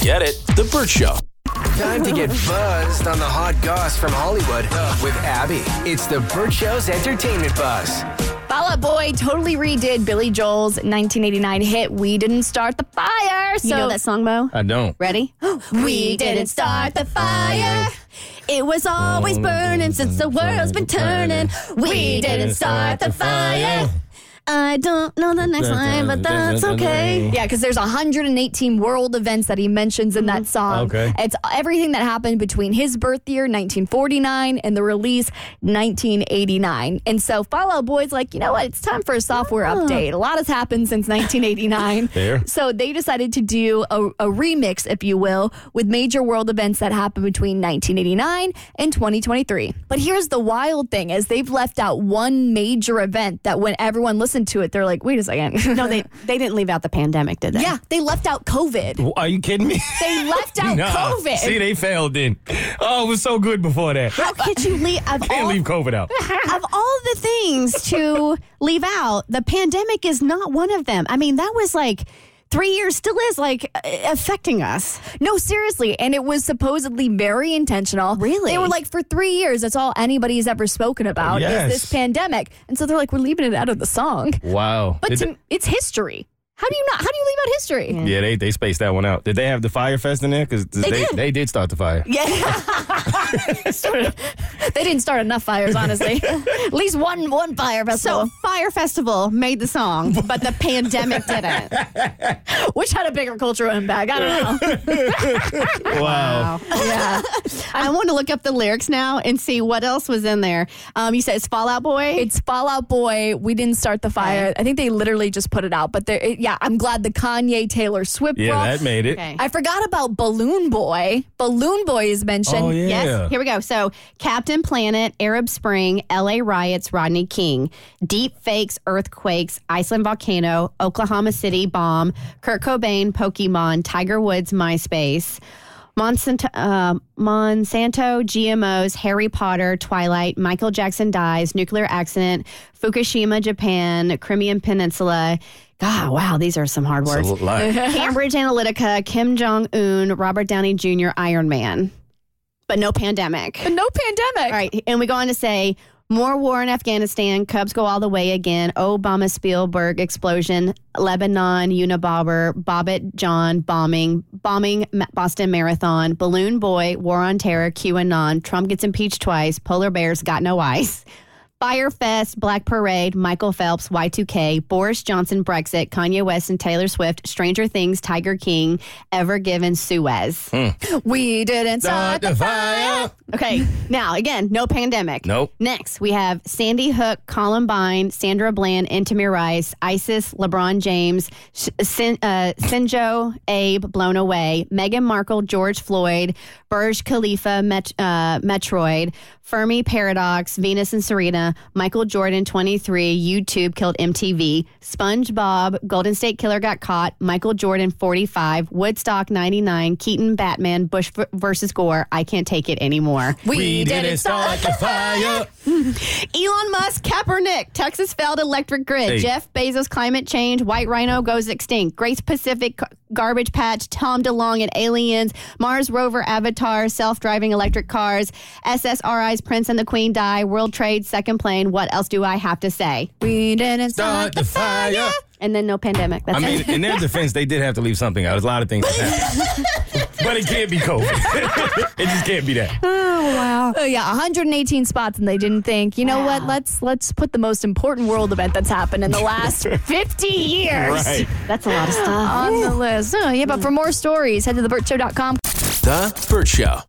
Get it? The Burt Show. Time to get buzzed on the hot goss from Hollywood with Abby. It's the Burt Show's entertainment buzz. Fall Out Boy totally redid Billy Joel's 1989 hit "We Didn't Start the Fire." So You know that song, Mo? I don't. Ready? we didn't start the fire. It was always burning since the world's been turning. We didn't start the fire. I don't know the next line, but that's okay. Yeah, because there's 118 world events that he mentions in that song. Mm-hmm. Okay. It's everything that happened between his birth year, 1949, and the release, 1989. And so Fall Out Boy's like, you know what? It's time for a software update. A lot has happened since 1989. Ah. Fair. So they decided to do a, a remix, if you will, with major world events that happened between 1989 and 2023. But here's the wild thing is they've left out one major event that when everyone listened to it, they're like, wait a second. No, they they didn't leave out the pandemic, did they? Yeah, they left out COVID. Well, Are you kidding me? They left out Nah. COVID. See, they failed then. Oh, it was so good before that. How could you leave? Of Can't all, leave COVID out. of all the things to leave out, the pandemic is not one of them. I mean, that was like three years, still is like a- affecting us. no, seriously. And it was supposedly very intentional. Really? They were like, for three years, that's all anybody has ever spoken about Yes. is this pandemic. And so they're like, we're leaving it out of the song. Wow. But Did to, it's history. How do you not? How do you leave out history? they- yeah, they, they spaced that one out. Did they have the fire fest in there? Because they, did. they did start the fire. They didn't start enough fires, honestly. At least one one fire So festival, Fire Festival made the song, but the pandemic didn't. which had a bigger cultural impact. I don't know. Wow. yeah, I want to look up the lyrics now and see what else was in there. Um, you said it's Fallout Boy. it's Fall Out Boy. We didn't start the fire. I think they literally just put it out. But there- it, yeah, I'm glad the Kanye Taylor Swift. Yeah, brought- that made it. Okay. I forgot about Balloon Boy. Balloon Boy is mentioned. Oh, yeah. Yes, here we go. So, Captain Planet, Arab Spring, LA riots, Rodney King, deep fakes, earthquakes, Iceland volcano, Oklahoma City bomb, Kurt Cobain, Pokemon, Tiger Woods, MySpace, Monsanto, uh, Monsanto, GMOs, Harry Potter, Twilight, Michael Jackson dies, nuclear accident, Fukushima, Japan, Crimean Peninsula. God, wow, these are some hard words. Cambridge Analytica, Kim Jong Un, Robert Downey Jr., Iron Man, but no pandemic. But no pandemic. All right, and we go on to say more war in Afghanistan, Cubs go all the way again, Obama Spielberg explosion, Lebanon Unabomber, Bobbitt John bombing, bombing Ma- Boston Marathon, Balloon Boy, War on Terror, QAnon, Trump gets impeached twice, polar bears got no ice. Firefest, Black Parade, Michael Phelps, Y2K, Boris Johnson, Brexit, Kanye West and Taylor Swift, Stranger Things, Tiger King, Ever Given, Suez. We didn't Start start the the fire. fire. Okay, now again, no pandemic. Nope. Next, we have Sandy Hook, Columbine, Sandra Bland, Intamir Rice, Isis, LeBron James, Sh- Sin- uh, Sinjo, Abe, Blown Away, Meghan Markle, George Floyd, Burj Khalifa, Met- uh, Metroid, Fermi Paradox, Venus and Serena, Michael Jordan, 23, YouTube killed MTV, SpongeBob, Golden State Killer got caught, Michael Jordan, 45, Woodstock, 99, Keaton, Batman, Bush v- versus Gore, I can't take it anymore. We, didn't start the fire. Elon Musk, Kaepernick, Texas failed electric grid, Hey. Jeff Bezos, climate change, White Rhino goes extinct, Grace Pacific, Car- Garbage Patch, Tom DeLong and Aliens, Mars Rover, Avatar, self driving electric cars, SSRI's Prince and the Queen die, World Trade, Second Plane, what else do I have to say? We didn't start the fire. And then no pandemic. That's I mean, it. in their defense, they did have to leave something out. There's a lot of things that happened. but it can't be COVID. it just can't be that. Oh yeah, 118 spots, and they didn't think. You know what? Let's let's put the most important world event that's happened in the last 50 years Right. That's a lot of stuff. on the list. Oh, yeah, but for more stories, head to thebirdshow.com. The Burt Show.